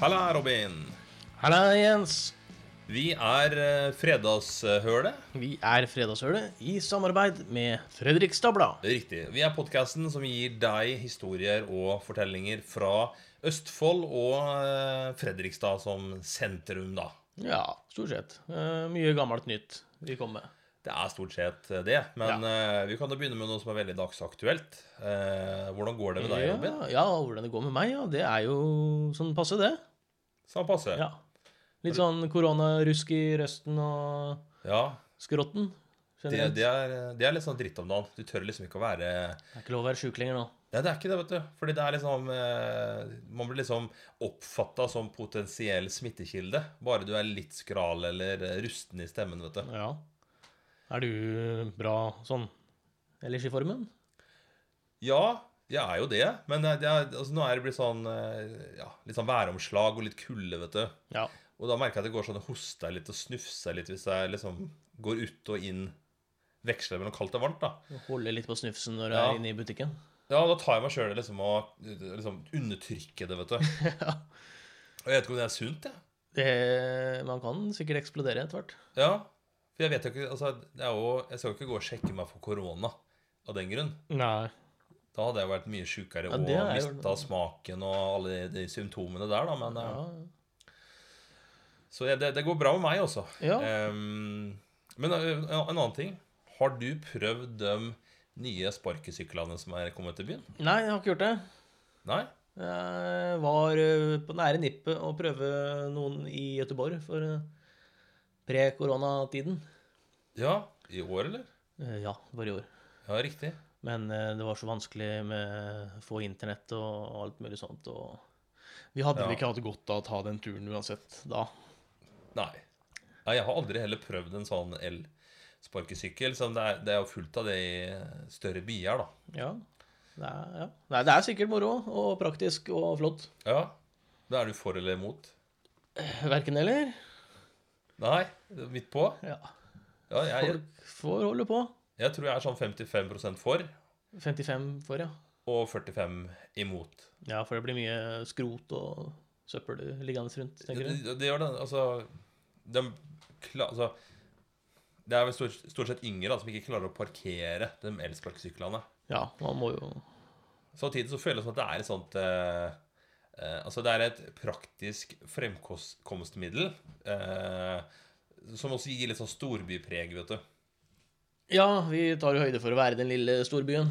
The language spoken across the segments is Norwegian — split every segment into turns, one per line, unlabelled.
Halla, Robin.
Halla, Jens.
Vi er eh, Fredagshølet.
Vi er Fredagshølet i samarbeid med Fredrikstad Blad.
Riktig. Vi er podkasten som gir deg historier og fortellinger fra Østfold og eh, Fredrikstad som sentrum, da.
Ja, stort sett. Eh, mye gammelt nytt vi kom med.
Det er stort sett det. Men eh, vi kan jo begynne med noe som er veldig dagsaktuelt. Eh, hvordan går det med deg, Robin?
Ja, ja, hvordan det går med meg, ja. Det er jo sånn passe, det.
Samme Sånn passe.
Ja. Litt sånn koronarusk i røsten og
Ja,
skrotten.
Det,
generelt.
det, er, det er litt sånn dritt om dagen. Du tør liksom ikke å være
Det er ikke lov å være sjuk lenger nå.
Nei, det er ikke det, vet du. Fordi det er liksom eh, Man blir liksom oppfatta som potensiell smittekilde. Bare du er litt skral eller eh, rusten i stemmen, vet du.
Ja. Er du bra sånn ellers i formen?
Ja, jeg er jo det. Men det er, altså, nå er det blitt sånn eh, ja, litt sånn væromslag og litt kulde, vet du.
Ja.
Og da merker jeg at det går sånn og hoster litt og snufser litt hvis jeg liksom går ut og inn. Veksler mellom kaldt og varmt, da.
Holde litt på snufsen når du
Ja.
er inne i butikken.
Ja, da tar jeg meg sjøl i liksom å liksom, undertrykke det, vet du. Og jeg vet ikke om det er sunt, jeg.
Det, man kan sikkert eksplodere etter hvert.
Ja, for jeg vet jo ikke altså, det er jo, Jeg skal jo ikke gå og sjekke meg for korona av den grunn.
Nei.
Da hadde jeg vært mye sjukere
Ja,
og
det er jo-
mista smaken og alle de, de symptomene der, da. Men, eh,
Ja.
Så jeg, det, det går bra med meg også.
Ja.
Ehm, men eh, en annen ting. Har du prøvd de nye sparkesyklene som er kommet til byen?
Nei, jeg har ikke gjort det.
Nei?
Jeg var eh, på nære nippet å prøve noen i Gøteborg for eh, pre-koronatiden.
Ja? I år, eller?
Eh, Ja, det var i år.
Ja, riktig.
Men eh, det var så vanskelig med få internett og alt mulig sånt. Og vi hadde vel
Ja.
ikke hatt godt av å ta den turen uansett da.
Nei. Nei, jeg har aldri heller prøvd en sånn elsparkesykkel. Som det er, det er jo fullt av det i større byer, da.
Ja. Det er, ja. Nei, det er sikkert moro og praktisk og flott.
Ja. Da er du for eller imot?
Verken eller.
Nei, midt på.
Ja.
Ja, jeg, jeg,
Folk får holde på.
jeg tror jeg er sånn 55 for
55 for, ja.
og 45 imot.
Ja, for det blir mye skrot og søppel liggende rundt,
Det,
tenker du?
det- det gjør det. Altså, de, kla, altså Det er vel stort, stort sett yngre da, som ikke klarer å parkere de elsparkesyklene.
Ja, man må jo
Samtidig så føles det som at det er et sånt eh, eh, Altså det er et praktisk fremkomstmiddel eh, som også gir litt sånn storbypreg, vet du.
Ja, vi tar jo høyde for å være den lille storbyen.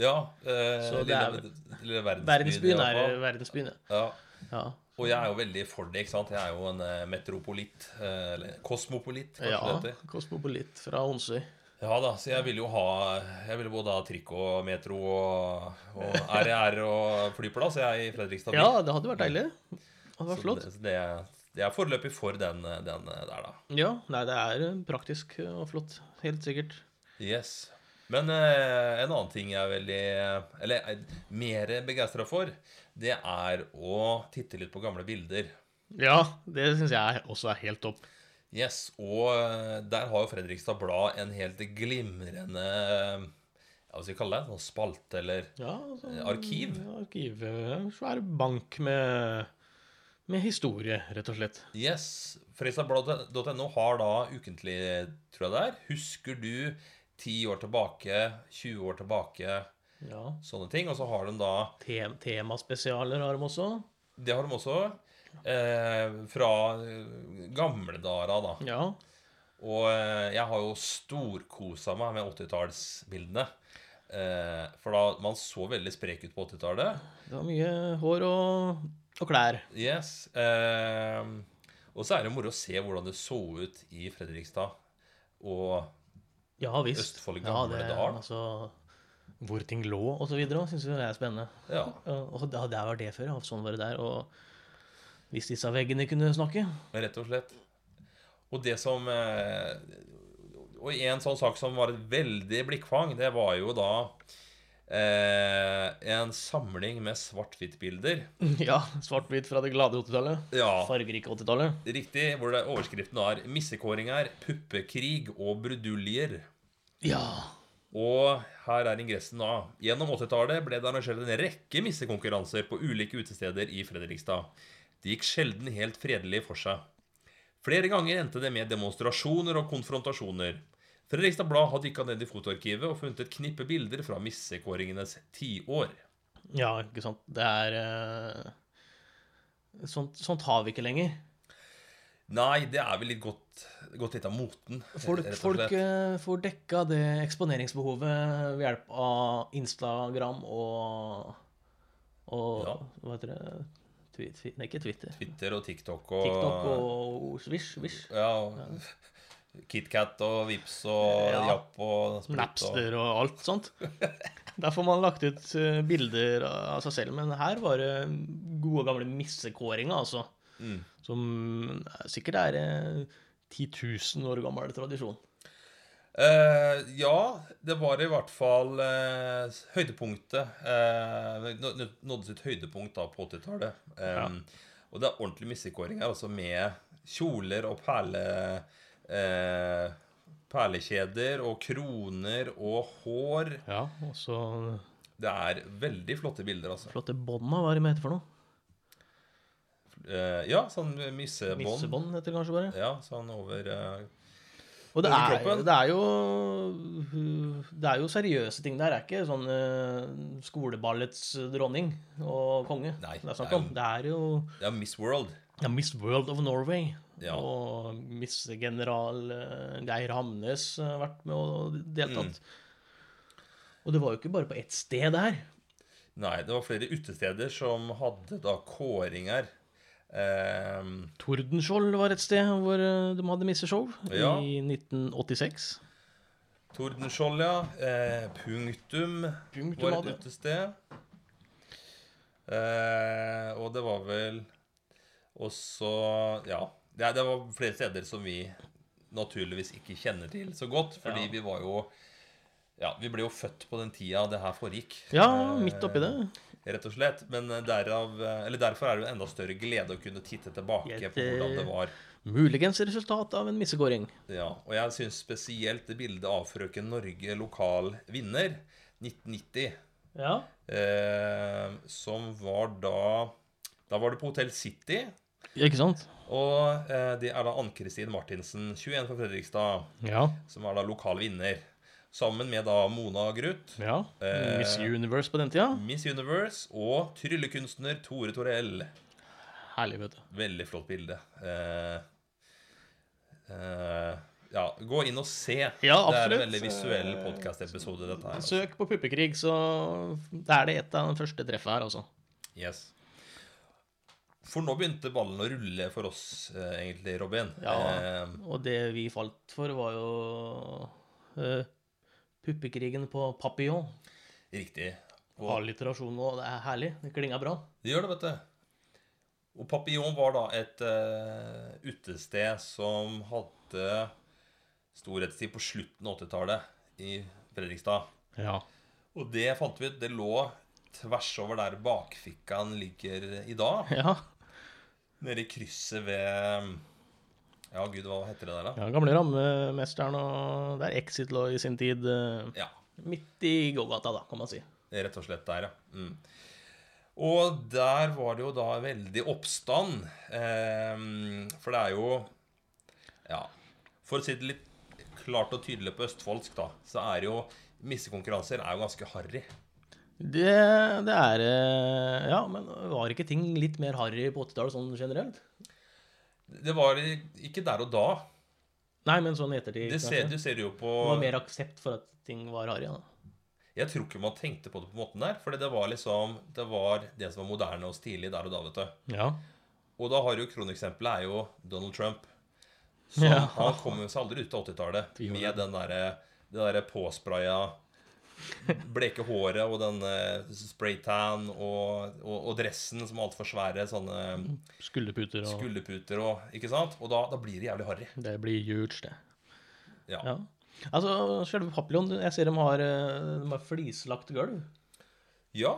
Ja. Eh,
Så det
lille,
er-
lille verdensbyen.
Verdensbyen
i
er
hvert fall.
verdensbyen, ja.
ja.
ja.
Og jeg er jo veldig for det, ikke sant? Jeg er jo en eh, metropolit, eh, eller kosmopolit, kanskje
Ja,
det heter.
Kosmopolit fra Onsøy.
Ja da, så jeg vil jo ha Jeg vil både ha trikk og metro og, og RR og flyplass, jeg, i Fredrikstad. by.
Ja, det hadde vært deilig. Det hadde vært
Så
flott.
det- så Det, det er foreløpig for den, eh, den eh, der, da.
Ja, nei, det er eh, praktisk og flott. Helt sikkert.
Yes. Men eh, en annen ting jeg er veldig Eller eh, mer begeistra for, det er å titte litt på gamle bilder.
Ja, det syns jeg også er helt topp.
Yes, og eh, der har jo Fredrikstad Blad en helt glimrende eh, ja, Hva skal vi kalle det? Sånn spalte, eller
Ja, altså,
Eh, arkiv?
ja, Arkiv. eh, Svær bank med, med historie, rett og slett.
Yes. Fredrikstadblad.no har da ukentlig, tror jeg det er. Husker du 10 år tilbake, 20 år tilbake,
Ja.
sånne ting. Og så har de da
Tem temaspesialer har de også.
Det har de også. Eh, fra eh, gamle dager av, da.
Ja.
Og eh, jeg har jo storkosa meg med 80-tallsbildene. Eh, For da man så veldig sprek ut på 80-tallet.
Det var mye hår og, og klær.
Yes. Eh, Og så er det moro å se hvordan det så ut i Fredrikstad. Og
Ja visst.
Østfold i gamle
det-
dager.
Altså, hvor ting lå og så videre, syns jeg det er spennende.
ja.
Ja, Og da, der var det før, ja. Sånn var det der. Og hvis disse veggene kunne snakke
Rett og slett. Og det som eh, Og en sånn sak som var et veldig blikkfang, det var jo da eh, en samling med svart-hvitt-bilder.
Ja, svart-hvitt fra det glade 80-tallet.
Ja.
Fargerike 80-tallet.
Riktig, hvor det overskriften er 'Missekåringer, puppekrig og bruduljer'.
Ja.
Og her er ingressen da. Gjennom 80-tallet ble det arrangert en rekke missekonkurranser på ulike utesteder i Fredrikstad. Det gikk sjelden helt fredelig for seg. Flere ganger endte det med demonstrasjoner og konfrontasjoner. Fredrikstad Blad har dykka ned i fotoarkivet og funnet et knippe bilder fra missekåringenes tiår.
Ja, ikke sant. Det er eh, sånt, sånt har vi ikke lenger.
Nei, det er vel litt godt, gått litt av moten.
Folk,
rett og
folk
slett.
eh, får dekka det eksponeringsbehovet ved hjelp av Instagram og, og
Ja.
Hva heter det? Twi- twi- nei, ikke Twitter.
Twitter og TikTok og,
eh, TikTok og Swish. Swish.
Ja, og KitKat og Vips og
Ja.
Japp og Split og
Napster og alt sånt. Der får man lagt ut eh, bilder av seg selv. Men her var det gode, gamle missekåringer, altså.
Mm.
Som sikkert er eh, 10 000 år gammel tradisjon.
Eh, ja, det var i hvert fall eh, høydepunktet. eh, nå- nå- nådde sitt høydepunkt da på 80-tallet. Eh,
Ja.
Og det er ordentlig missekåring her, altså med kjoler og perle, eh, perlekjeder og kroner og hår.
Ja, og så
Det er veldig flotte bilder, altså.
flotte bånda, hva er det med heter for noe?
Eh, ja, sånn missebånd.
Missebånd heter det kanskje bare.
Ja, sånn over eh,
Og det
Over
er,
kroppen.
det er jo Det er jo seriøse ting der. Det er ikke sånn eh, skoleballets øh, dronning og konge
Nei,
det er
det
snakk
er
om. Det er jo
Det er Miss World.
ja, Miss World of Norway.
Ja.
Og missegeneral eh, Geir Hamnes har vært med og deltatt.
Mm.
Og det var jo ikke bare på ett sted der.
Nei, det var flere utesteder som hadde da kåringer. Eh,
Tordenskjold var et sted hvor eh, de hadde misseshow
Ja.
i 1986.
Tordenskjold, ja. Eh, punktum
Punktum
var
hadde.
et utested. Eh, og det var vel også Ja. Det, er- det var flere steder som vi naturligvis ikke kjenner til så godt, fordi
Ja.
vi var jo ja, Vi ble jo født på den tida det her foregikk.
Ja,
Eh,
midt oppi det.
Rett og slett. Men eh, derav, eller derfor er det jo enda større glede å kunne titte tilbake
Jeg-
på hvordan det var.
Muligens resultat av en missekåring.
Ja, og jeg syns spesielt det bildet av frøken Norge lokal vinner 1990,
Ja.
eh, som var da Da var det på Hotell City.
Ikke sant?
Og eh, det er da Ann-Kristin Martinsen, 21 fra Fredrikstad,
Ja.
som er da lokal vinner. Sammen med da Mona Gruth,
Ja.
Eh,
Miss Universe på den tida.
Miss Universe og tryllekunstner Tore Torell.
Herlig, vet du.
Veldig flott bilde. Eh, eh, ja, gå inn og se.
Ja,
Det er en
absolutt.
veldig visuell podkast-episode, dette her. altså.
Søk på Puppekrig, så det er det et av de første treffet her, altså.
Yes. For nå begynte ballen å rulle for oss, eh, egentlig, Robin.
Ja.
Eh,
Og det vi falt for, var jo eh, Puppekrigen på Papillon.
riktig. Og
Alliterasjon og det er herlig. Det klinga bra.
det gjør det, vet du. Og Papillon var da et eh, utested som hadde storhetstid på slutten av 80-tallet i Fredrikstad.
Ja.
Og det fant vi ut, det lå tvers over der bakfikkaen ligger i dag.
Ja,
Nede i krysset ved Ja, gud, hva heter det der, da?
Gamle rammemesteren og der Exit lå i sin tid. eh,
Ja,
midt i gågata, da, kan man si.
rett og slett der, ja. Mm. Og der var det jo da veldig oppstand. ehm, for det er jo Ja, for å si det litt klart og tydelig på østfoldsk, da, så er jo missekonkurranser er jo ganske harry.
Det, det er eh, Ja, men var ikke ting litt mer harry på 80-tallet sånn generelt?
Det var ikke der og da.
Nei, men sånn i ettertid.
Det ser,
kanskje.
du ser jo på
Det var mer aksept for at ting var harry. da.
Jeg tror ikke man tenkte på det på måten der, for det var liksom Det var det som var moderne og stilig der og da, vet du.
Ja.
Og da har jo kroneksempelet er jo Donald Trump. Så
Ja.
han kom jo seg aldri ut av 80-tallet
Det gjorde
med den derre det derre påspraya bleke håret og den eh, spraytan og, og, og dressen som er altfor svære sånne
Skulderputer og
skulderputer og Ikke sant? Og da, da blir det jævlig harry.
Det blir huge, det.
Ja.
Ja. Altså, selve Papillon, jeg ser de har, eh, de har flislagt gulv.
ja.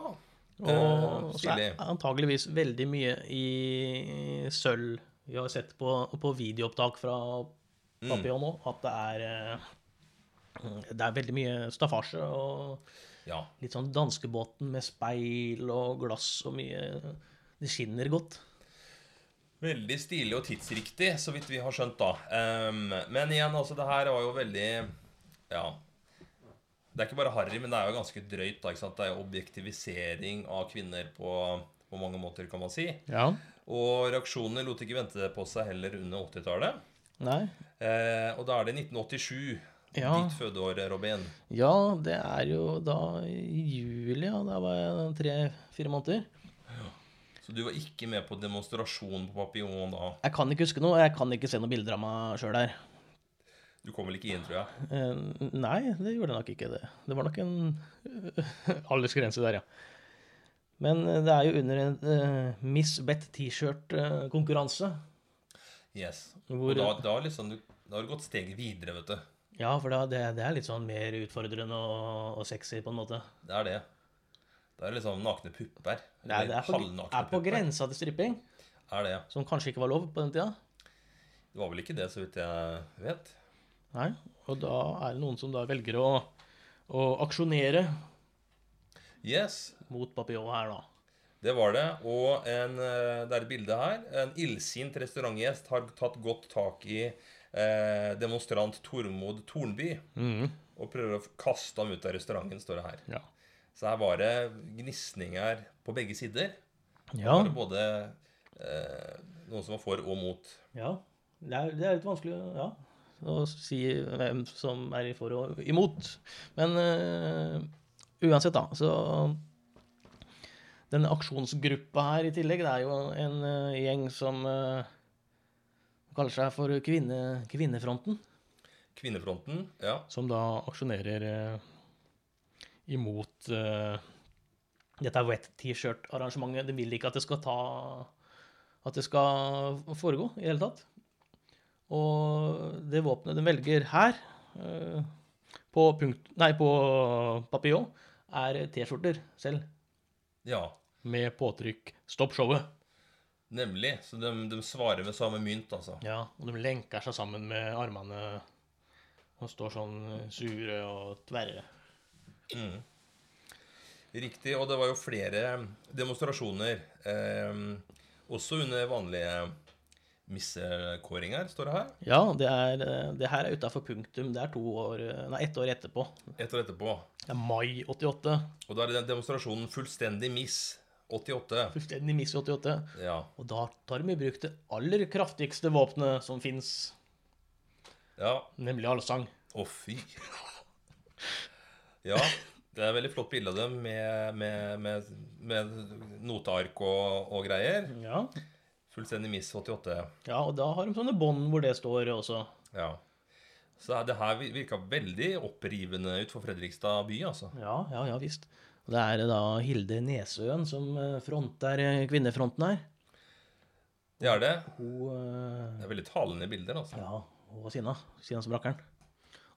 Og
Eh,
så er
stilig.
antageligvis veldig mye i sølv. Vi har sett på, på videoopptak fra
Mm.
Papillon nå at det er eh, det er veldig mye staffasje og
ja.
litt sånn danskebåten med speil og glass og mye Det skinner godt.
Veldig stilig og tidsriktig, så vidt vi har skjønt, da. Ehm, men igjen, altså, det her var jo veldig Ja. Det er ikke bare harry, men det er jo ganske drøyt. da, ikke sant? Det er jo objektivisering av kvinner på, på mange måter, kan man si.
Ja.
Og reaksjonene lot ikke vente på seg heller under 80-tallet.
Nei.
Eh, og da er det 1987.
Ja.
Ditt fødeår, Robin.
ja, det er jo da i juli, ja. Da var jeg tre-fire måneder.
Så du var ikke med på demonstrasjonen på Papillon da?
Jeg kan ikke huske noe, og jeg kan ikke se noen bilder av meg sjøl der.
Du kom vel ikke inn, tror jeg?
Eh, nei, det gjorde jeg nok ikke det. Det var nok en eh, aldersgrense der, ja. Men eh, det er jo under en eh, Miss eh, Bet T-shirt-konkurranse.
Yes.
Hvor-
Og da, da, liksom, du, da har du gått steget videre, vet du.
ja, for da, det, det er litt sånn mer utfordrende og, og sexy, på en måte.
Det er det. Det er liksom nakne pupper.
Det er,
Eller
det er, på,
halvnakne
er på
pupper.
grensa til stripping,
Er det.
som kanskje ikke var lov på den tida.
Det var vel ikke det, så vidt jeg vet.
Nei, og da er det noen som da velger å, å aksjonere
Yes,
mot Papillon her, da.
det var det. Og en, eh, det er et bilde her. En illsint restaurantgjest har tatt godt tak i eh, demonstrant Tormod Tornby. Og prøver å f- kaste ham ut av restauranten, står det her.
Ja.
Så her var det gnisninger på begge sider.
Ja,
Her var det både eh, noen som var for og mot.
ja. Det, er, det er litt vanskelig å- ja, å si hvem som er for og imot. Men eh, uansett, da, så Denne aksjonsgruppa her i tillegg, det er jo en eh, gjeng som eh, kaller seg for kvinne, Kvinnefronten.
Kvinnefronten, ja.
som da aksjonerer eh, imot eh, dette er wet t-shirt-arrangementet. De vil ikke at det skal ta At det skal foregå i det hele tatt. Og det våpenet de velger her, eh, på, punkt, nei, på papillon, er T-skjorter selv.
ja.
Med påtrykk 'Stopp showet'.
Nemlig. Så de, de svarer med samme mynt, altså.
Ja, og de lenker seg sammen med armene og står sånn sure og tverre.
Riktig. Og det var jo flere demonstrasjoner. Eh, også under vanlige missekåringer, står det her.
Ja, det, er, eh, det her er utafor punktum. Det er to år, eh, nei, ett år etterpå.
Et år etterpå.
Det er mai 88.
Og da er det den demonstrasjonen 'Fullstendig miss'. 88.
Fullstendig miss i 88.
Ja.
Og da tar de i bruk det aller kraftigste våpenet som fins,
ja.
nemlig allsang.
Å, fy. Ja. Det er veldig flott bilde av dem med, med, med, med noteark og, og greier.
Ja.
Fullstendig miss 88.
ja, og da har de sånne bånd hvor det står også.
Ja. Så det her virka veldig opprivende utenfor Fredrikstad by, altså.
Ja, ja, ja visst. Og det er da Hilde Nesøen som eh, fronter eh, kvinnefronten her.
Det er det.
Hun eh,
Det er veldig talende bilder, altså.
Ja, hun var sinna. Sinna som rakkeren.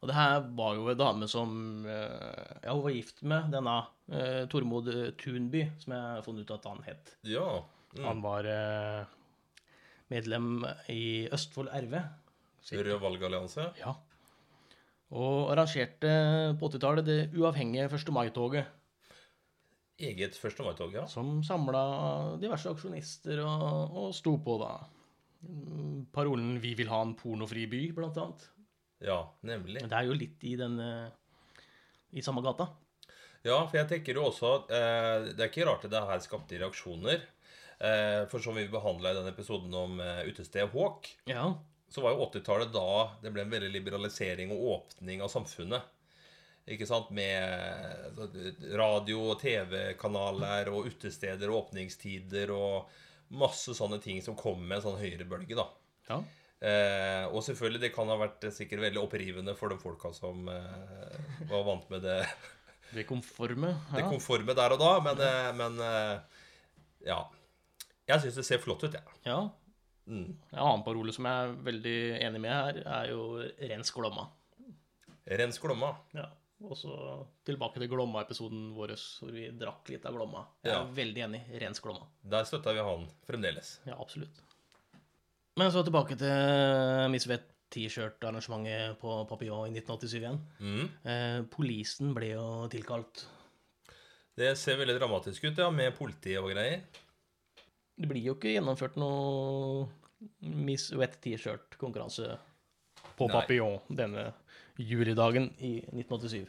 Og det her var jo en dame som eh, Ja, hun var gift med denne eh, Tormod Tunby, som jeg har funnet ut at han het.
Ja.
Han var eh, medlem i Østfold RV.
Rød valgallianse.
Ja. Og arrangerte på 80-tallet det uavhengige 1. mai-toget,
Eget første mai-tog, ja.
som samla diverse aksjonister og, og sto på, da. Mm, Parolen 'Vi vil ha en pornofri by', blant annet.
Ja, nemlig.
Men det er jo litt i den eh, I samme gata.
Ja, for jeg tenker jo også eh, Det er ikke rart at det her skapte reaksjoner. Eh, for som vi behandla i den episoden om eh, utestedet Hawk,
Ja.
så var jo 80-tallet da det ble en veldig liberalisering og åpning av samfunnet. Ikke sant? Med altså, radio- og TV-kanaler og utesteder og åpningstider og masse sånne ting som kom med en sånn høyrebølge, da.
ja.
Eh, og selvfølgelig, det kan ha vært sikkert veldig opprivende for de folka som eh, var vant med det,
Det konforme.
det
Ja.
konforme der og da, men, eh, men eh, ja. Jeg syns det ser flott ut, jeg. Ja.
ja.
Mm.
En annen parole som jeg er veldig enig med her, er jo 'rens Glomma'.
Rens Glomma.
Ja. Og så tilbake til Glomma-episoden vår hvor vi drakk litt av Glomma. Jeg er
Ja.
veldig enig. Rens Glomma.
Der støtter vi han fremdeles.
Ja, absolutt. Men så tilbake til Miss Vett T-shirt-arrangementet på Papillon i 1987 igjen.
Mm.
Eh, Polisen ble jo tilkalt.
Det ser veldig dramatisk ut, ja, med politi og greier.
det blir jo ikke gjennomført noe Miss Wet T-shirt-konkurranse på
Nei.
Papillon denne julidagen i 1987.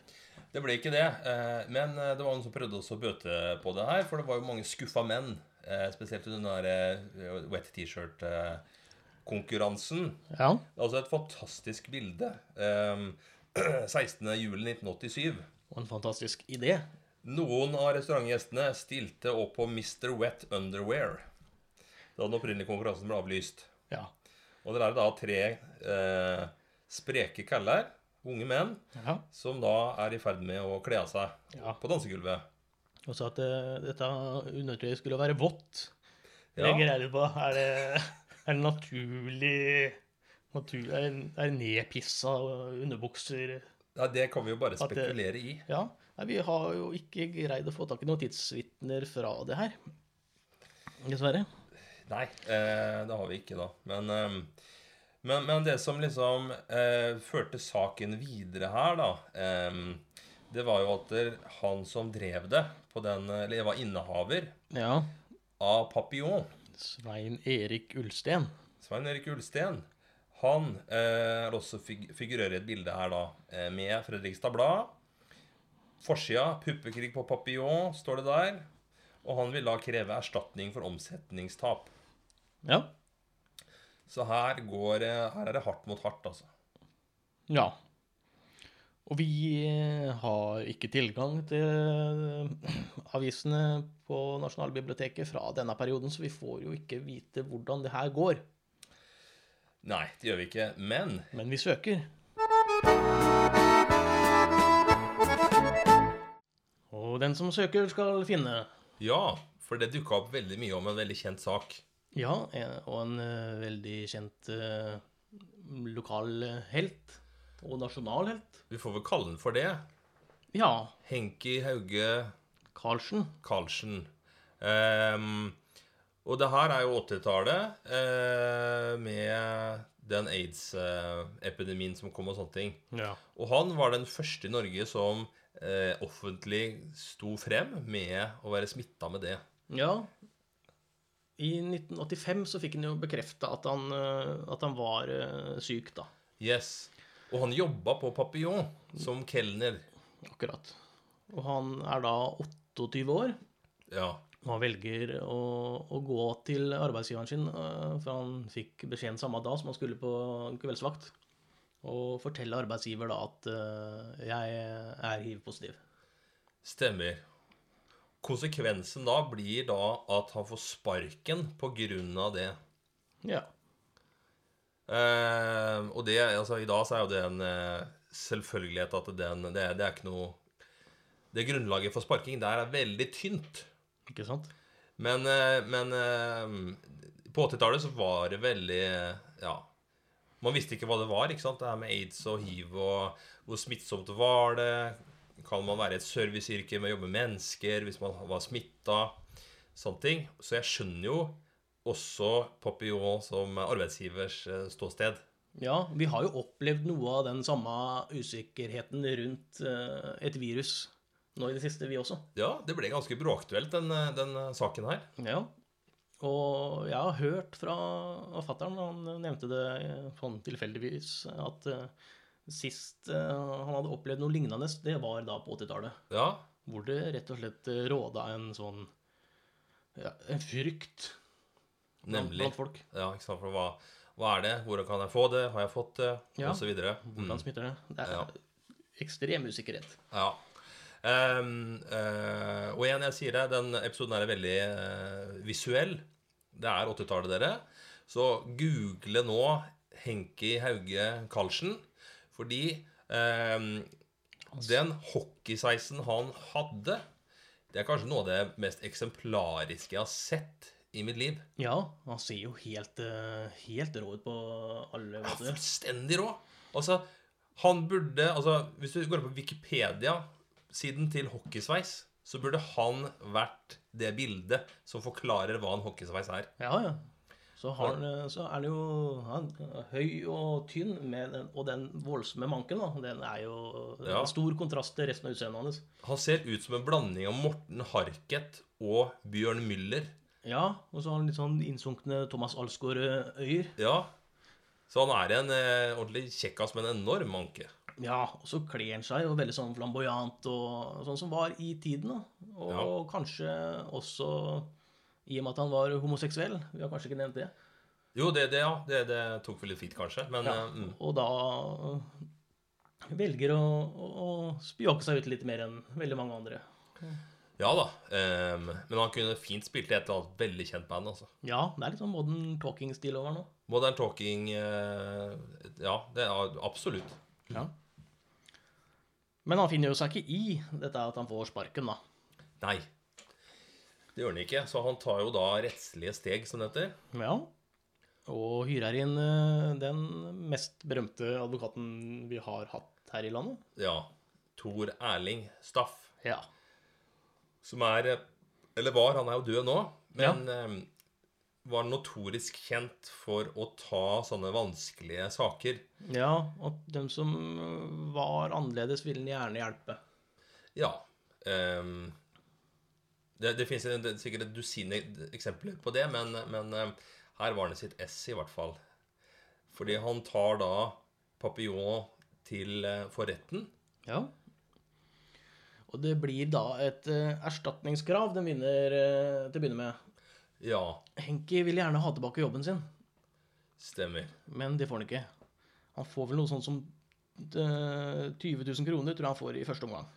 Det ble ikke det. eh, Men eh, det var noen som prøvde også å bøte på det her, for det var jo mange skuffa menn. eh, Spesielt under den der eh, wet t-shirt-konkurransen.
Ja.
Det er også et fantastisk bilde. eh, 16. juli 1987.
Og en fantastisk idé.
Noen av restaurantgjestene stilte opp på Mr. Wet Underwear da den opprinnelige konkurransen ble avlyst.
Ja.
Og der er det da tre eh, spreke kaller, unge menn,
ja.
som da er i ferd med å kle av seg
Ja.
på dansegulvet.
Og så at eh, dette undertøyet skulle være vått.
Ja.
Legger jeg litt på. Er det, er det naturlig natur, Er det er det nedpissa underbukser?
Nei, det kan vi jo bare
At det-
spekulere i.
Ja. Nei, vi har jo ikke greid å få tak i noen tidsvitner fra det her. Dessverre.
Nei, eh, det har vi ikke da. Men, eh, men, men det som liksom eh, førte saken videre her, da, eh, det var jo at det- han som drev det, på den, eller var innehaver
Ja.
av Papillon,
Svein Erik Ulsten.
Svein Erik Ulsten, han eh, er også fig figurerer i et bilde her da, eh, med Fredrikstad Blad. Forsida, puppekrig på Papillon, står det der. Og han vil da kreve erstatning for omsetningstap.
Ja.
Så her, går, eh, her er det hardt mot hardt, altså.
Ja. Og vi eh, har ikke tilgang til eh, avisene på Nasjonalbiblioteket fra denne perioden, så vi får jo ikke vite hvordan det her går.
Nei, det gjør vi ikke. Men
Men vi søker. Og den som søker, skal finne.
ja, for det dukka opp veldig mye om en veldig kjent sak.
Ja, eh, og en eh, veldig kjent eh, lokal eh, helt. Og nasjonal helt.
Vi får vel kalle den for det.
Ja,
Henki Hauge
Karlsen.
Karlsen. Ehm, og det her er jo 80-tallet, eh, med den aids-epidemien som kom og sånne ting.
Ja.
Og han var den første i Norge som eh, offentlig sto frem med å være smitta med det.
Ja. I 1985 så fikk han jo bekrefta at, han, eh, at han var eh, syk, da.
Yes. Og han jobba på Papillon som kelner.
Akkurat. Og han er da 28 år.
Ja.
Og han velger å, å gå til arbeidsgiveren sin, eh, for han fikk beskjeden samme dag som han skulle på kveldsvakt, og fortelle arbeidsgiver da at eh, 'jeg er hiv-positiv'.
Stemmer. Konsekvensen da blir da at han får sparken på grunn av det.
Ja.
Eh, og det, altså i dag så er jo det en eh, selvfølgelighet at den, det, er- det er ikke noe Det grunnlaget for sparking der er veldig tynt.
Ikke sant?
Men, eh, men eh, på 80-tallet så var det veldig eh, Ja. Man visste ikke hva det var, ikke sant? Det her med aids og hiv og hvor smittsomt var det. Kan man være i et serviceyrke med å jobbe med mennesker hvis man var smitta? Sånne ting. Så jeg skjønner jo også Papillon som arbeidsgivers eh, ståsted.
Ja, vi har jo opplevd noe av den samme usikkerheten rundt eh, et virus nå i det siste, vi også.
Ja, det ble ganske bråaktuelt, den, den eh, saken her.
Ja. Og jeg har hørt fra fatter'n, han nevnte det eh, sånn tilfeldigvis, at eh, sist eh, han hadde opplevd noe lignende, det var da på 80-tallet.
Ja,
Hvor det rett og slett eh, råda en sånn ja, en frykt blant,
nemlig.
blant folk.
Ja, ikke sant, for hva, hva er det? Hvordan kan jeg få det? Har jeg fått det?
Ja.
Og så videre. Mm.
Hvordan smitter det? Det er ekstrem usikkerhet.
Ja. Ehm, eh, og igjen, jeg sier det, den episoden her er veldig eh, visuell. Det er 80-tallet, dere. Så google nå Henki Hauge Karlsen, fordi ehm, den hockeysveisen han hadde, det er kanskje noe av det mest eksemplariske jeg har sett i mitt liv.
Ja, han ser jo helt, eh, helt rå ut på alle måter.
Fullstendig rå. Altså, han burde altså, Hvis du går inn på Wikipedia-siden til hockeysveis, så burde han vært det bildet som forklarer hva en hockeysveis er.
Ja, ja. Så, har, han, eh, så er det jo han, er høy og tynn, med den, og den voldsomme manken, da. Den er jo det er
Ja.
en stor kontrast til resten av utseendet hans.
Han ser ut som en blanding av Morten Harket og Bjørn Müller.
Ja, og så har han litt sånn innsunkne Thomas Alsgaard-øyer.
Ja. Så han er en eh, ordentlig kjekkas, men en enorm anke.
Ja, og så kler han seg jo veldig sånn flamboyant og sånn som var i tiden. da. Og kanskje også i og med at han var homoseksuell. Vi har kanskje ikke nevnt det.
Jo, det, det, ja, det, det tok vi litt fint, kanskje. Men
Ja,
eh, mm.
Og da velger å, å, å spjåke seg ut litt mer enn veldig mange andre.
ja da. Ehm, men han kunne fint spilt i et eller annet veldig kjent band, altså.
Ja, det er litt sånn modern talking-stil over nå.
Modern Talking eh, Ja, det er absolutt.
Ja. Men han finner jo seg ikke i dette at han får sparken, da.
Nei. Det gjør han ikke. Så han tar jo da rettslige steg, som det heter.
Ja. Og hyrer inn eh, den mest berømte advokaten vi har hatt her i landet.
Ja. Tor Erling Staff.
Ja.
som er eh, Eller var, han er jo død nå, men eh, var notorisk kjent for å ta sånne vanskelige saker.
ja og dem som var annerledes, ville han gjerne hjelpe.
Ja. ehm, det det fins sikkert et dusin eksempler på det, men, men eh, her var det sitt ess, i hvert fall. Fordi han tar da Papillon til eh, for retten.
Ja. Og det blir da et eh, erstatningskrav den vinner eh, til å begynne med.
Ja,
Henki vil gjerne ha tilbake jobben sin.
stemmer.
Men det får han ikke. Han får vel noe sånt som eh, 20 000 kroner, tror jeg han får i første omgang.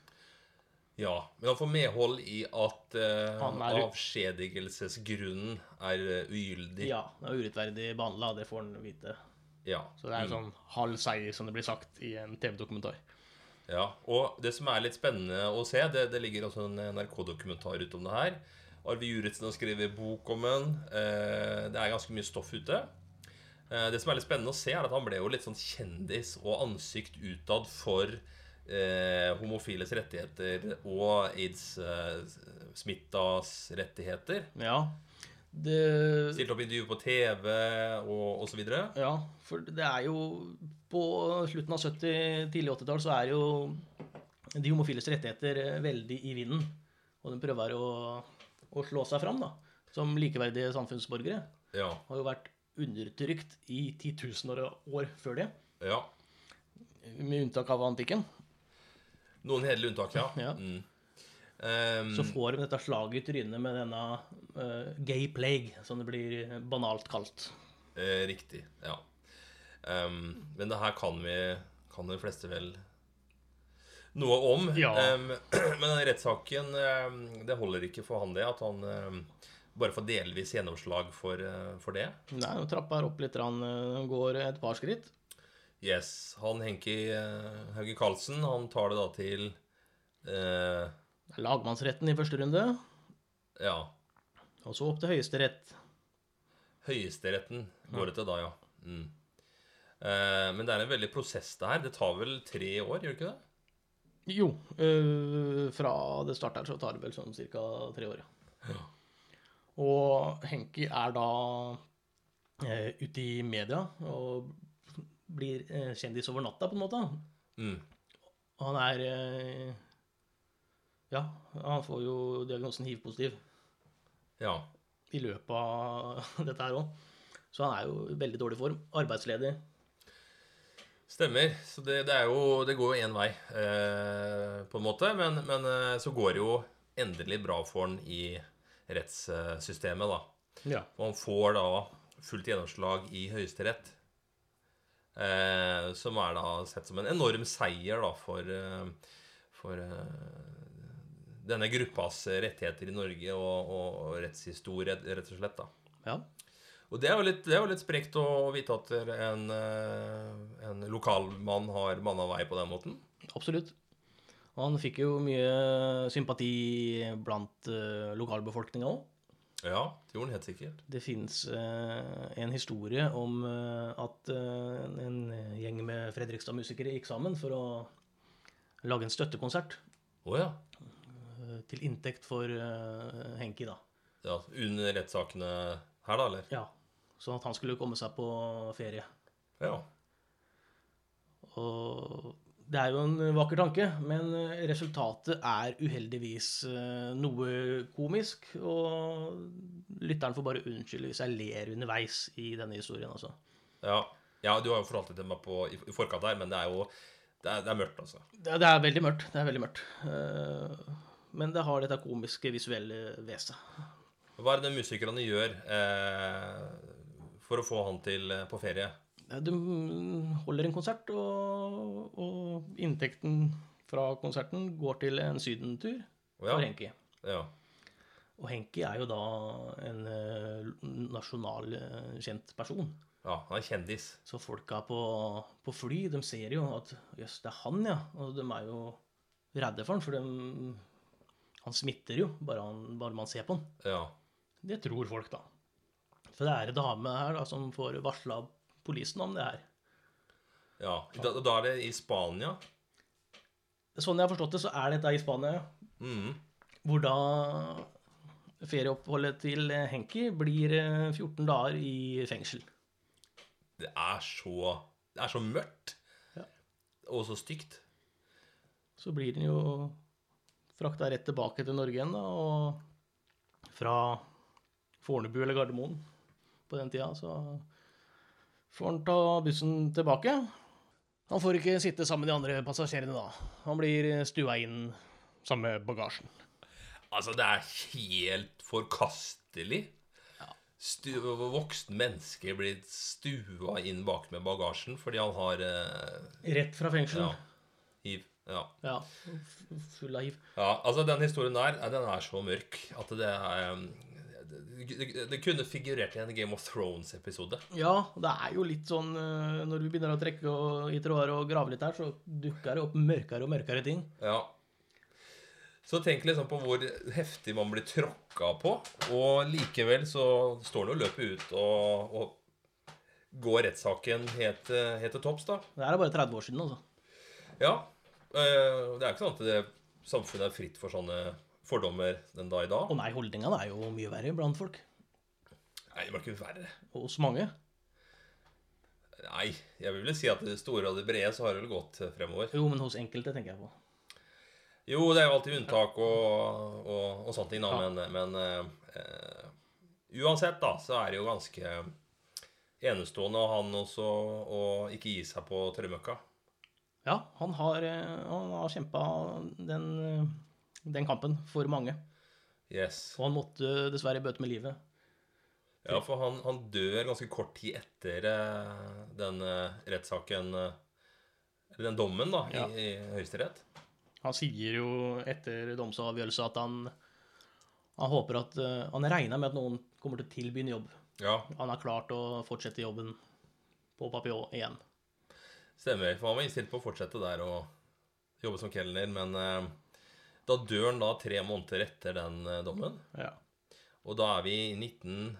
Ja, Men han får medhold i at eh,
Han er u-
avskjedigelsesgrunnen er eh, ugyldig.
Ja, det er urettferdig behandla, det får han vite.
Ja.
Så det er en sånn halv seier, som det blir sagt i en TV-dokumentar.
ja. Og det som er litt spennende å se, det, det ligger også en NRK-dokumentar ute om det her. Arve Juritzen har skrevet bok om den. Eh, det er ganske mye stoff ute. Eh, det som er litt spennende å se, er at han ble jo litt sånn kjendis og ansikt utad for eh, homofiles rettigheter og aids-smittas rettigheter.
Ja. Det
Stilte opp intervju på TV og osv.
Ja, for det er jo På slutten av 70-, tidlig 80-tall så er jo de homofiles rettigheter eh, veldig i vinden. Og de prøver å, å slå seg fram, da. Som likeverdige samfunnsborgere.
Ja.
Har jo vært undertrykt i titusener av år før det.
ja.
Med unntak av antikken.
Noen hederlige unntak, ja.
Ja.
Mm. Ehm,
Så får de dette slaget i trynet med denne eh, gay plague, som det blir banalt kalt.
Eh, riktig, ja. Ehm, men det her kan vi kan de fleste vel noe om.
Ja.
Ehm, men den rettssaken ehm, Det holder ikke for han det, at han ehm, bare får delvis gjennomslag for, eh, for det.
Nei, hun trapper opp litt, grann, eh, går et par skritt.
Yes. Han Henki eh, Hauge Karlsen, han tar det da til eh,
Lagmannsretten i første runde,
Ja.
og så Altså opp til Høyesterett.
Høyesteretten går det til da, ja. Mm. Eh, men det er en veldig prosess, det her. Det tar vel tre år, gjør det ikke det?
Jo, øh, fra det starter så tar det vel sånn ca. tre år. ja. Og Henki er da eh, ute i media og blir eh, kjendis over natta, på en måte.
Mm.
Og han er eh, Ja, han får jo diagnosen hiv-positiv
Ja.
i løpet av dette her òg. Så han er jo i veldig dårlig form. Arbeidsledig.
Stemmer. Så det, det, er jo, det går jo én vei, eh, på en måte. Men, men eh, så går det jo endelig bra for han i rettssystemet, da.
Ja.
Og han får da fullt gjennomslag i Høyesterett. Eh, som er da sett som en enorm seier da for, eh, for eh, denne gruppas rettigheter i Norge og, og, og rettshistorie, rett og slett. da.
ja.
Og det er jo litt, det er jo litt sprekt å vite at en, eh, en lokalmann har manna vei på den måten.
Absolutt. Og han fikk jo mye sympati blant uh, lokalbefolkninga òg.
Ja, det gjorde han helt sikkert.
Det fins en historie om eh, at eh, en gjeng med Fredrikstad-musikere gikk sammen for å lage en støttekonsert
Å ja.
eh, til inntekt for eh, Henki, da.
ja. Under rettssakene her, da, eller?
Ja. Sånn at han skulle komme seg på ferie.
Ja.
Og Det er jo en vakker tanke, men eh, resultatet er uheldigvis eh, noe komisk. Og lytteren får bare unnskylde hvis jeg ler underveis i denne historien, altså.
Ja. ja, du har jo fortalt det til meg på, i i forkant her, men det er jo det er, det er mørkt, altså.
Det, det er veldig mørkt. Det er veldig mørkt. Eh, Men det har dette komiske, visuelle ved seg.
Hva er det musikerne gjør eh, for å få han til eh, på ferie?
Ja, De holder en konsert, og, og inntekten fra konserten går til en sydentur
Ja.
for Henki.
Ja.
Og Henki er jo da en eh, nasjonal eh, kjent person.
ja han er kjendis.
Så folka på, på fly, de ser jo at jøss, det er han, ja. Og de er jo redde for han, for de, han smitter jo bare, han, bare man ser på han.
Ja.
Det tror folk, da. For det er en dame her da, som får varsla politiet om det her.
ja. Da, da er det i Spania.
Sånn jeg har forstått det, så er dette i Spania, ja.
Mhm.
hvor da ferieoppholdet til eh, Henki blir eh, 14 dager i fengsel.
Det er så Det er så mørkt.
Ja.
Og så stygt.
så blir den jo frakta rett tilbake til Norge igjen, da, og fra Fornebu eller Gardermoen på den tida, så får han ta bussen tilbake. Han får ikke sitte sammen med de andre passasjerene da. Han blir stua inn sammen med bagasjen.
Altså, det er helt forkastelig. Stu, voksen menneske blir stua inn bak med bagasjen fordi han har eh,
Rett fra fengsel.
ja, hiv. Ja.
Ja. f- f- Full av hiv.
ja. Altså, den historien der, eh, den er så mørk at det er eh, det, det, det kunne figurert i en Game of Thrones-episode.
Ja, det er jo litt sånn eh, Når vi begynner å trekke og, i tråder og grave litt her, så dukker det opp mørkere og mørkere ting.
Ja. Så tenk liksom på hvor heftig man blir tråkka på, og likevel så står han og løper ut og, og går rettssaken helt, eh, helt til topps, da.
Det her er bare 30 år siden, altså.
Ja. eh, og Det er ikke sånn at det, samfunnet er fritt for sånne fordommer den dag i dag.
Å nei, holdningene er jo mye verre blant folk.
Nei, det var ikke verre.
Og hos mange.
Nei, jeg vil vel si at det store og det brede så har det vel gått eh, fremover.
Jo, men hos enkelte tenker jeg på.
Jo, det er jo alltid unntak og, og, og sånne ting, da, men, men eh, eh, Uansett, da, så er det jo ganske enestående av han også å ikke gi seg på tørrmøkka.
Ja, han har, eh, han har kjempa den, eh, den kampen for mange.
Yes.
Og han måtte dessverre bøte med livet.
Ja, for han, han dør ganske kort tid etter eh, den eh, rettssaken eh, Eller den dommen, da,
Ja.
i, i Høyesterett.
Han sier jo etter domsavgjørelse at han, han håper at eh, Han regner med at noen kommer til å tilby en jobb.
Ja,
Han har klart å fortsette jobben på Papillon igjen.
stemmer. For han var innstilt på å fortsette der og jobbe som kelner, men eh, da dør han da tre måneder etter den eh, dommen.
Ja.
Og da er vi i 19,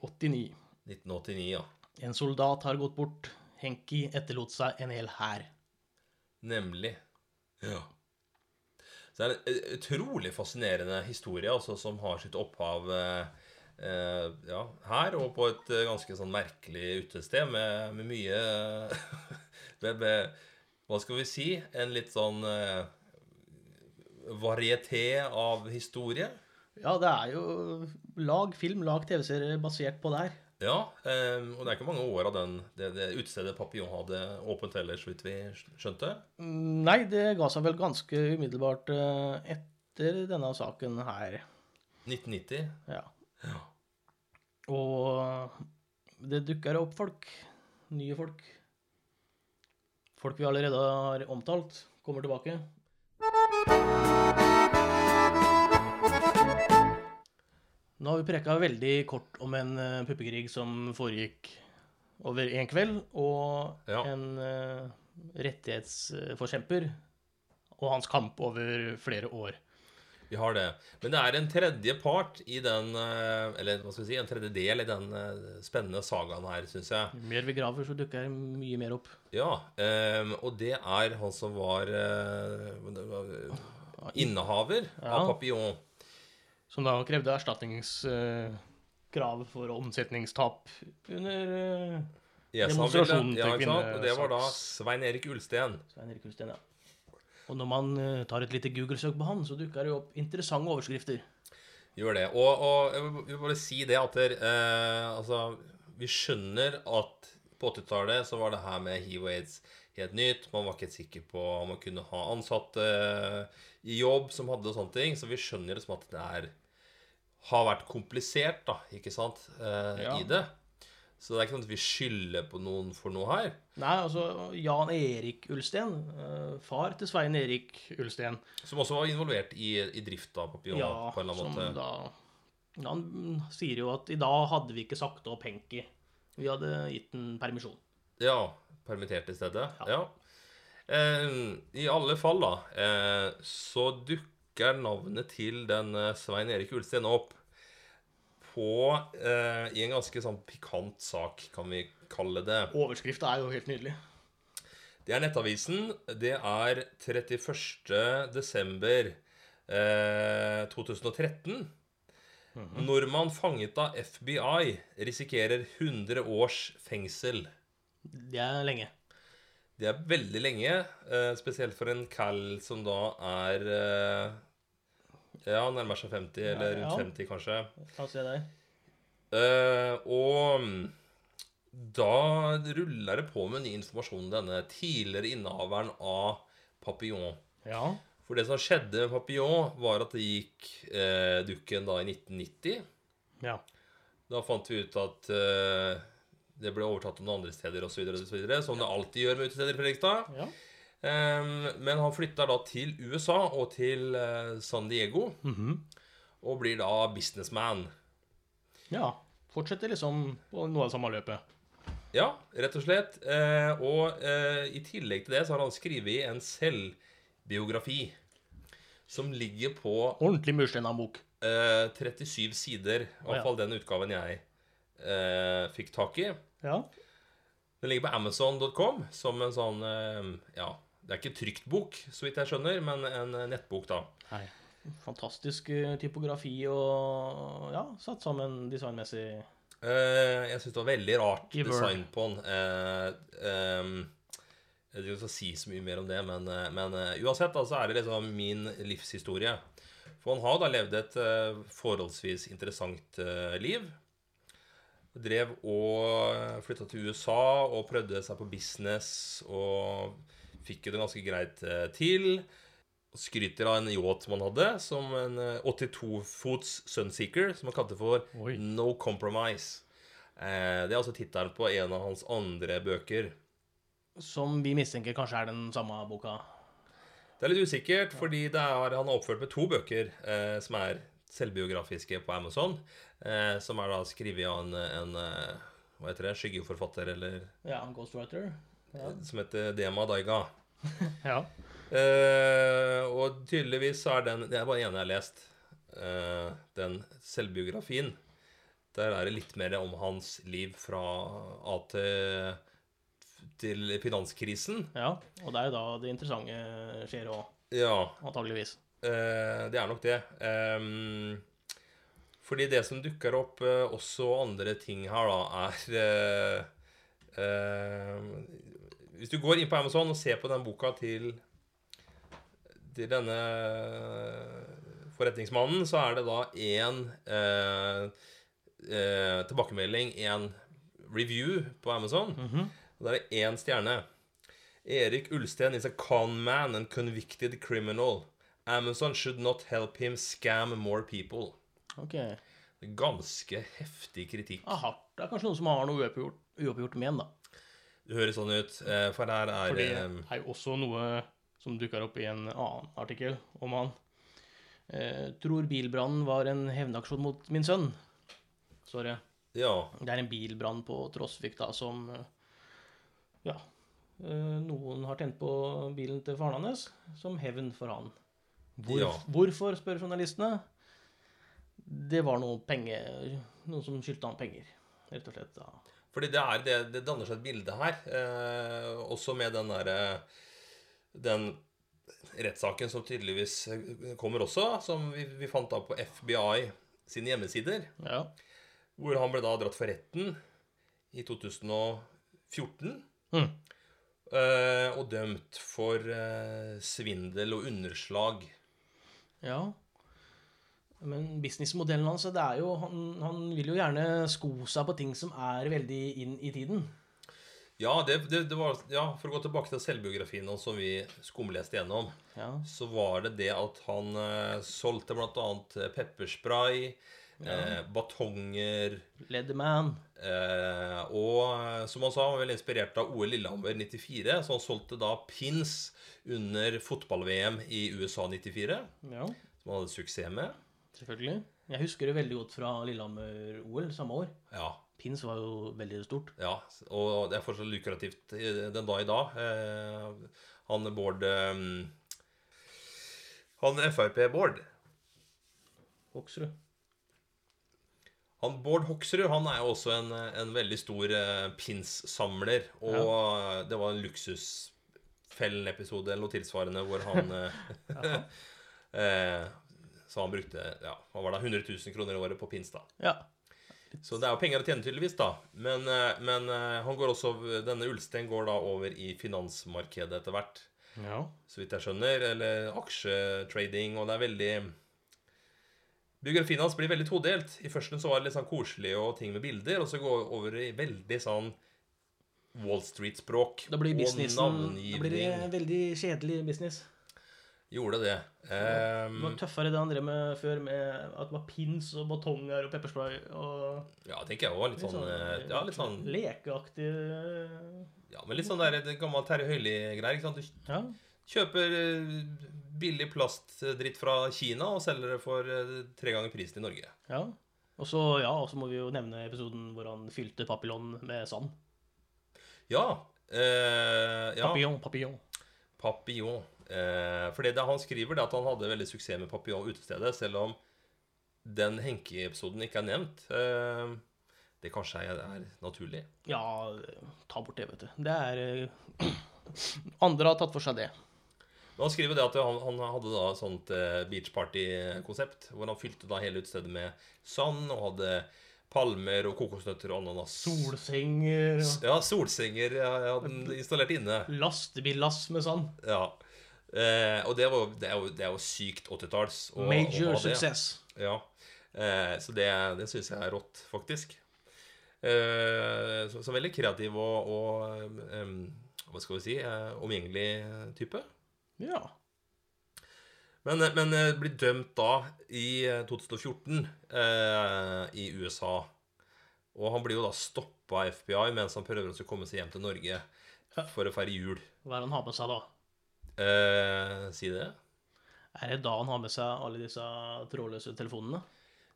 89.
1989, ja.
En soldat har gått bort. Henki etterlot seg en hel hær.
Nemlig. Ja. Så det er en eh, utrolig fascinerende historie altså, som har sitt opphav eh, eh, ja, her, og på et eh, ganske sånn merkelig utested med, med mye med, med, Hva skal vi si? En litt sånn eh, varieté av historie.
Ja, det er jo lag film, lag TV-serie basert på der.
Ja, eh, og det er ikke mange år av den, det, det utestedet Papillon hadde åpent heller, så vidt vi skjønte.
Mm, Nei, det ga seg vel ganske umiddelbart eh, etter denne saken her.
1990.
Ja.
Ja.
Og det dukker opp folk. Nye folk. Folk vi allerede har omtalt, kommer tilbake. Nå har vi preka veldig kort om en eh, puppekrig som foregikk over en kveld, og
Ja.
en eh, rettighetsforkjemper og hans kamp over flere år.
Vi har det. Men det er en tredje part i den eh, Eller hva skal vi si, en tredje del i den eh, spennende sagaen her, syns jeg.
Jo mer vi graver, så dukker mye mer opp.
Ja. eh, og det er han som var eh, det var, eh, innehaver av
Ja.
Papillon.
Som da krevde erstatningskrav for omsetningstap under eh,
ESA ville,
Demonstrasjonen til
ja, ikke sant? Og det var da
kvinnesaks.
Svein Erik Ulsten.
Svein Erik Ulstein, ja. Og når man eh, tar et lite Google-søk på han, så dukker det jo opp interessante overskrifter.
Gjør det. Og, og jeg vil- vil bare si det at der, eh, altså, vi skjønner at på 80-tallet så var det her med hiv og aids helt nytt. Man var ikke sikker på om man kunne ha ansatte eh, i jobb som hadde sånne ting. Så vi skjønner liksom at det er, har vært komplisert da, ikke sant, eh,
Ja.
i det. Så det er ikke sånn at vi skylder på noen for noe her.
Nei, altså Jan Erik Ulsten, eh, far til Svein Erik Ulsten,
Som også var involvert i, i drift av Papillon
ja,
på en eller
som
annen måte.
da Han sier jo at i dag hadde vi ikke sagt opp Henki. Vi hadde gitt den permisjon.
Ja, permittert i stedet. Ja. Eh, I alle fall, da, eh, så dukker navnet til den eh, Svein Erik Ulstein opp på eh, i en ganske sånn pikant sak, kan vi kalle det.
Overskrifta er jo helt nydelig.
Det er Nettavisen. Det er 31. desember eh, 2013. Nordmann fanget av FBI risikerer 100 års fengsel.
Det er lenge.
Det er veldig lenge, eh, spesielt for en cal som da er eh, Ja, nærmer seg 50, eller
Ja, ja.
rundt 50, kanskje.
Kan se der.
Eh, og da ruller det på med ny informasjon, denne tidligere innehaveren av Papillon.
Ja.
For det som skjedde med Papillon, var at det gikk eh, dukken da i 1990.
ja.
Da fant vi ut at eh, det ble overtatt av noen andre steder osv., som det alltid gjør med utesteder i Fredrikstad.
ja.
Ehm, men han flytter da til USA og til eh, San Diego,
Mhm.
og blir da businessman.
ja. Fortsetter liksom på noe av det samme løpet.
Ja, rett og slett. Eh, og eh, i tillegg til det så har han skrevet en selvbiografi som ligger på
Ordentlig murstein av en bok.
eh, 37 sider,
Å, ja.
iallfall den utgaven jeg eh, fikk tak i.
Ja.
Den ligger på amazon.com som en sånn eh, Ja, det er ikke trykt bok, så vidt jeg skjønner, men en eh, nettbok, da.
Nei. Fantastisk eh, typografi og ja, satt sammen designmessig.
Eh, jeg syns det var veldig rart
I Word.
design på den. Eh, ehm, jeg vil ikke si så mye mer om det, men, eh, men eh, uansett da, så er det liksom min livshistorie. For han har da levd et eh, forholdsvis interessant eh, liv. Drev og flytta til USA og prøvde seg på business og fikk jo det ganske greit eh, til. Skryter av en yacht man hadde, som en eh, 82 fots Sunseeker, som han kalte for
Oi.
No Compromise. Eh, Det er altså tittelen på en av hans andre bøker.
Som vi mistenker kanskje er den samme boka.
Det er litt usikkert, fordi det er, han har oppført med to bøker eh, som er selvbiografiske på Amazon. Eh, som er da skrevet av en, en eh, hva heter det, skyggeforfatter, eller
Ja, Ghostwriter. Ja.
som heter Dema Daiga.
ja.
Eh, og tydeligvis så er den Det er bare den ene jeg har lest. Eh, den selvbiografien. Der er det litt mer om hans liv fra A til, til finanskrisen.
Ja, og det er jo da det interessante skjer òg,
Ja.
antageligvis.
Eh, det er nok det. Ehm, fordi det som dukker opp eh, også andre ting her, da, er eh, eh, Hvis du går inn på Amazon og ser på den boka til, til denne forretningsmannen, så er det da én eh, eh, tilbakemelding, én review på Amazon. Og der er én stjerne. Erik Ulsten is a con man and convicted criminal. Amazon should not help him scam more people.
Ok.
Ganske heftig kritikk.
Aha, det er kanskje noen som har noe uoppgjort, uoppgjort med en, da.
Det høres sånn ut, eh, for her er
For det
eh,
er jo også noe som dukker opp i en annen artikkel om han. Eh, tror bilbrannen var en hevnaksjon mot min sønn. Sorry.
Ja.
Det er en bilbrann på Trosvik da, som eh, Ja. eh, Noen har tent på bilen til faren hans som hevn for han. Hvor,
Ja.
Hvorfor, spør journalistene. Det var noe penge, noen som skyldte han penger, rett og slett. Da.
Fordi det, er, det, det danner seg et bilde her, eh, også med den derre Den rettssaken som tydeligvis eh, kommer også, som vi, vi fant da på FBI sine hjemmesider,
Ja.
hvor han ble da dratt for retten i 2004, 14
Mm.
eh, og dømt for eh, svindel og underslag.
Ja. Men businessmodellen hans, det er jo han, han vil jo gjerne sko seg på ting som er veldig inn i tiden.
Ja, det, det, det var, ja, for å gå tilbake til selvbiografien nå, som vi skumleste gjennom,
Ja.
så var det det at han eh, solgte bl.a. pepperspray, eh, batonger
Leatherman.
eh, Og som han sa, han var vel inspirert av OL Lillehammer 94, så han solgte da pins under fotball-VM i USA 94,
Ja,
som han hadde suksess med.
selvfølgelig. Jeg husker det veldig godt fra Lillehammer-OL samme år.
Ja,
Pins var jo veldig stort.
Ja, og det er fortsatt lukrativt i- den dag i dag. Eh, Han Bård eh, Han Frp-Bård
Hoksrud.
Han Bård Hoksrud han er jo også en, en veldig stor eh, pinssamler. Og det var en luksusfellen-episode eller noe tilsvarende hvor han eh, eh, Så han brukte ja, hva var det, 100 000 kroner i året på pins, da.
Ja.
Så det er jo penger å tjene, tydeligvis, da. Men, eh, men eh, han går også, denne Ulstein går da over i finansmarkedet etter hvert,
ja.
så vidt jeg skjønner. Eller aksjetrading, og det er veldig Biografien hans blir veldig todelt. I førsten så var det litt sånn koselig og ting med bilder, og så går det over i veldig sånn Wall Street-språk.
Da blir businessen
navngivning.
Da blir det veldig kjedelig business.
Gjorde det. Ehm,
Det var tøffere det han drev med før, med at det var pins og batonger og pepperspray og
ja, tenker jeg òg. Litt sånn eh, Ja, litt sånn
lekeaktig
Ja, men litt sånn der det gammel Terje Høili-greier. ikke sant? Du
Ja.
Kjøper eh, billig plastdritt fra Kina og selger det for eh, tre ganger prisen i Norge.
ja. Og så ja, og så må vi jo nevne episoden hvor han fylte papillon med sand.
Ja. Eh, ja.
Papillon, papillon.
Papillon. Eh, for det han skriver, det er at han hadde veldig suksess med Papillon utestedet, selv om den Henke-episoden ikke er nevnt. Eh, det kanskje er, er naturlig.
Ja, ta bort det, vet du. Det er eh, Andre har tatt for seg det.
Men han skriver det at han, han hadde da et sånt eh, beachparty-konsept, hvor han fylte da hele utestedet med sand og hadde palmer og kokosnøtter og ananas.
Solsenger og
Ja, solsenger ja, jeg hadde installert inne.
lastebillass med sand.
Ja. Eh, og det, var, det, er jo, det er jo sykt 80-talls. å- å
Major
ha det.
success.
Ja. Eh, så det, det syns jeg er rått, faktisk. Eh, så, så veldig kreativ og, og em, hva skal vi si eh, omgjengelig type.
Ja.
Men, men eh, blir dømt da i eh, 2014 eh, i USA. Og han blir jo da stoppa av FBI mens han prøver å komme seg hjem til Norge for å feire jul.
Hva er det han har med seg da?
Eh, si det?
Er det da han har med seg alle disse trådløse telefonene?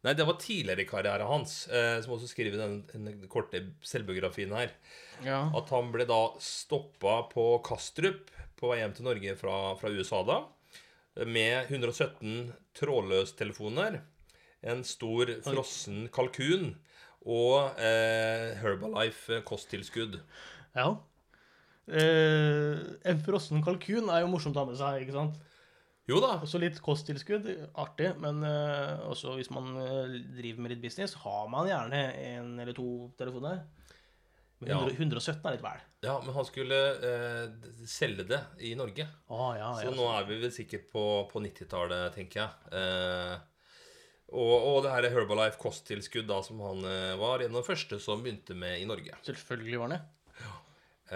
Nei, det var tidligere i karrieren hans, eh, som også skriver i den, den korte selvbiografien her,
Ja.
at han ble da stoppa på Kastrup på vei hjem til Norge fra, fra USA da, med 117 trådløstelefoner, en stor frossen kalkun og eh, Herbalife kosttilskudd.
ja. Eh, en frossen kalkun er jo morsomt å ha med seg, ikke sant?
Jo da,
Også litt kosttilskudd, artig, men eh, også hvis man eh, driver med litt business, har man gjerne en eller to telefoner. Men
Ja.
100, 117 er litt vel.
ja, men han skulle eh, d- selge det i Norge.
Å ja,
Så
Ah, ja.
nå er vi vel sikkert på, på 90-tallet, tenker jeg. Eh, og, og det her er Herbalife kosttilskudd da, som han eh, var en av de første som begynte med i Norge.
Selvfølgelig var det.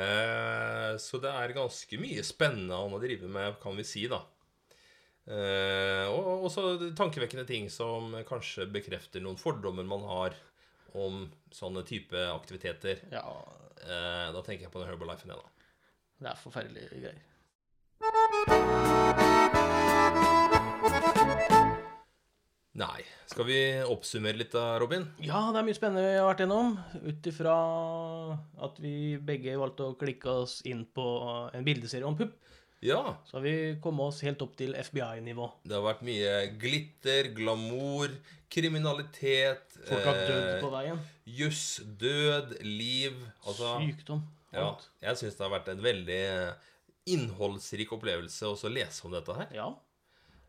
Eh, så det er ganske mye spennende han har drevet med, kan vi si, da. Eh, og også tankevekkende ting som kanskje bekrefter noen fordommer man har om sånne type aktiviteter.
Ja,
Eh, da tenker jeg på den Herbalifen, jeg, da.
det er forferdelige greier.
Nei. Skal vi oppsummere litt da, Robin?
Ja, det er mye spennende vi har vært gjennom. Ut ifra at vi begge valgte å klikke oss inn på en bildeserie om pupp,
Ja.
så har vi kommet oss helt opp til FBI-nivå.
Det har vært mye glitter, glamour, kriminalitet eh,
Folk har dødd på veien.
Juss, død, liv Altså
Sykdom.
ja,
Alt.
Jeg syns eh, det har vært en veldig innholdsrik opplevelse også å lese om dette her.
Ja.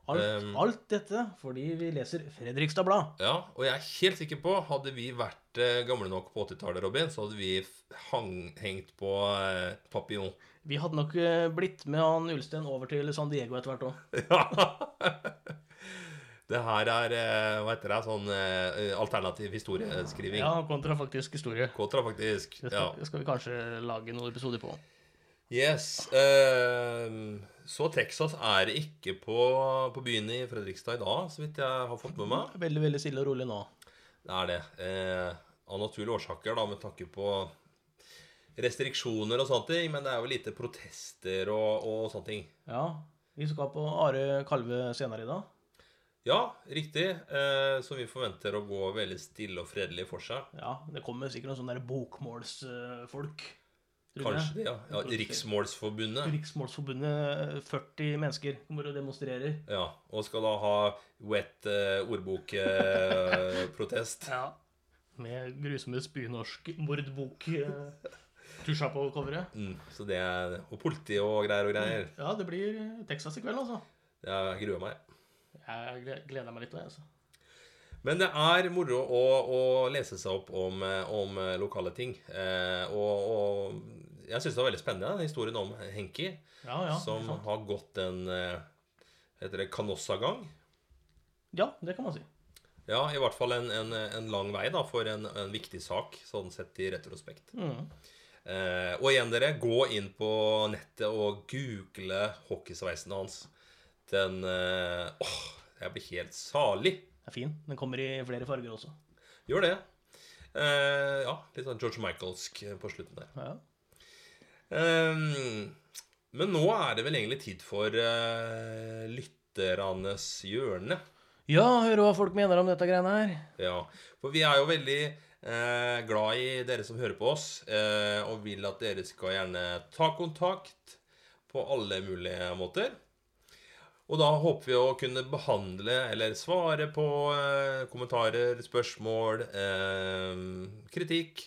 Alt,
Um,
alt dette fordi vi leser Fredrikstad Blad.
Ja, og jeg er helt sikker på Hadde vi vært eh, gamle nok på 80-tallet, Robin, så hadde vi f- hang, hengt på eh, Papillon.
Vi hadde nok eh, blitt med han Ulstein over til San Diego etter hvert òg.
Ja. Det her er eh, hva heter det, sånn eh, alternativ historieskriving.
Ja, kontrafaktisk historie.
Kåtra, faktisk.
Det
Ja.
skal, det skal vi kanskje lage noen episoder på.
Yes. eh, så Texas er ikke på, på byen i Fredrikstad i dag, så vidt jeg har fått med meg.
Veldig veldig stille og rolig nå.
Det er det. eh, av naturlige årsaker, da, med tanke på restriksjoner og sånne ting. Men det er jo lite protester og, og sånne ting.
Ja, vi skal på Are Kalve senere i dag.
Ja, riktig. eh, så vi forventer å gå veldig stille og fredelig for seg.
Ja, Det kommer sikkert noen sånne der bokmålsfolk. eh, tror du
Kanskje
det?
det, ja. ja Riksmålsforbundet.
Riksmålsforbundet, 40 mennesker, kommer og demonstrerer.
Ja, og skal da ha wet eh, ordbokprotest.
Ja. Med grusomme spynorsk mordbok eh, tusja på coveret.
Mm, så det er, og politi og greier og greier.
Ja, det blir eh, Texas i kveld, altså.
Jeg gruer meg.
Jeg gle- gleder meg litt. jeg, Altså.
Men det er moro å, å lese seg opp om, eh, om eh, lokale ting. Eh, og, og jeg syns det var veldig spennende, den historien om Henki,
Ja, ja,
som
ikke sant.
har gått en eh, heter det kanossagang.
ja, det kan man si.
Ja, i hvert fall en, en, en lang vei da, for en, en viktig sak, sånn sett i retrospekt.
Mm.
Eh, og igjen, dere, gå inn på nettet og google hockeysveisen hans. Den eh, Åh, jeg blir helt salig.
Det er fin. Den kommer i flere farger også.
Gjør det. Eh, ja, litt sånn George Michaelsk på slutten der.
Ja.
Eh, men nå er det vel egentlig tid for eh, lytternes hjørne.
ja, høre hva folk mener om dette greiene her.
Ja, for vi er jo veldig eh, glad i dere som hører på oss, eh, og vil at dere skal gjerne ta kontakt på alle mulige måter. Og da håper vi å kunne behandle eller svare på eh, kommentarer, spørsmål, eh, kritikk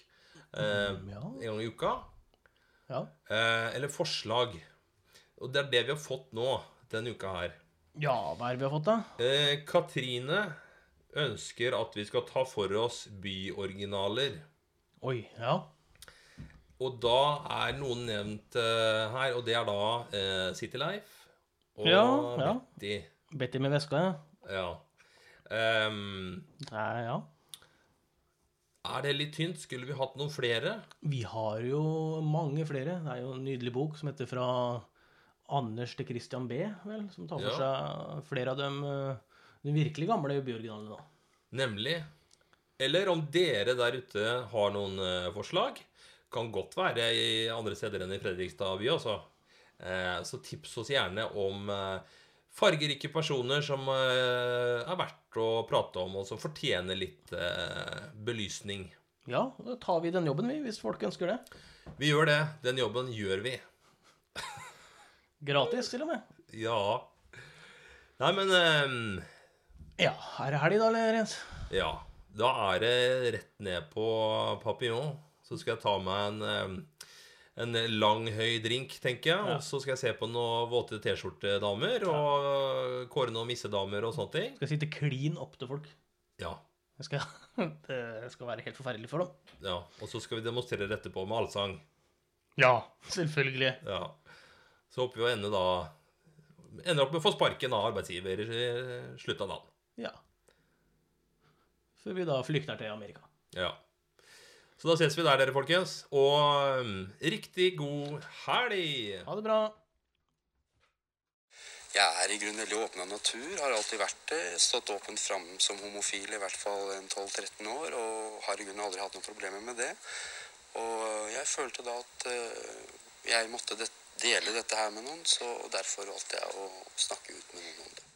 eh,
Mm, ja.
en gang i uka.
Ja.
Eh, eller forslag. Og det er det vi har fått nå denne uka her.
ja, hva er det vi har fått, da?
Eh, Katrine ønsker at vi skal ta for oss byoriginaler.
Oi, ja.
Og da er noen nevnt eh, her, og det er da eh, City Life og
Ja, ja.
Betty.
Betty med veska, ja.
Ja. Ehm,
Nei, ja.
er det litt tynt? Skulle vi hatt noen flere?
Vi har jo mange flere. Det er jo en nydelig bok som heter Fra Anders til Christian B., vel, som tar for
Ja.
seg flere av dem, eh, de virkelig gamle byoriginalene, da.
Nemlig. Eller om dere der ute har noen eh, forslag. Kan godt være i andre steder enn i Fredrikstad by, altså. Eh, så tips oss gjerne om eh, fargerike personer som eh, er verdt å prate om, og som fortjener litt eh, belysning.
Ja, da tar vi den jobben, vi, hvis folk ønsker det.
Vi gjør det. Den jobben gjør vi.
Gratis, til og med.
Ja. Nei, men eh,
Ja, er det helg da, eller, Jens?
Ja. Da er det rett ned på Papillon. Så skal jeg ta meg en, eh, en lang, høy drink, tenker jeg. Og så skal jeg se på noen våte T-skjortedamer og kåre noen missedamer og sånne ting.
Skal sitte klin opp til folk.
Ja.
Jeg skal, det skal være helt forferdelig for dem.
ja. Og så skal vi demonstrere dette på med allsang.
Ja, selvfølgelig.
Ja. Så håper vi å ende da Ender opp med å få sparken av arbeidsgiver i slutten av dagen.
Ja. Før vi da flykter til Amerika.
Ja. Så da ses vi der, dere folkens. Og mm, riktig god helg!
Ha det bra.
Jeg er i grunnen veldig åpen av natur, har alltid vært det. Stått åpent fram som homofil i hvert fall en 12-13 år, og har i grunnen aldri hatt noen problemer med det. Og jeg følte da at eh, jeg måtte det- dele dette her med noen, så derfor valgte jeg å snakke ut med noen om det.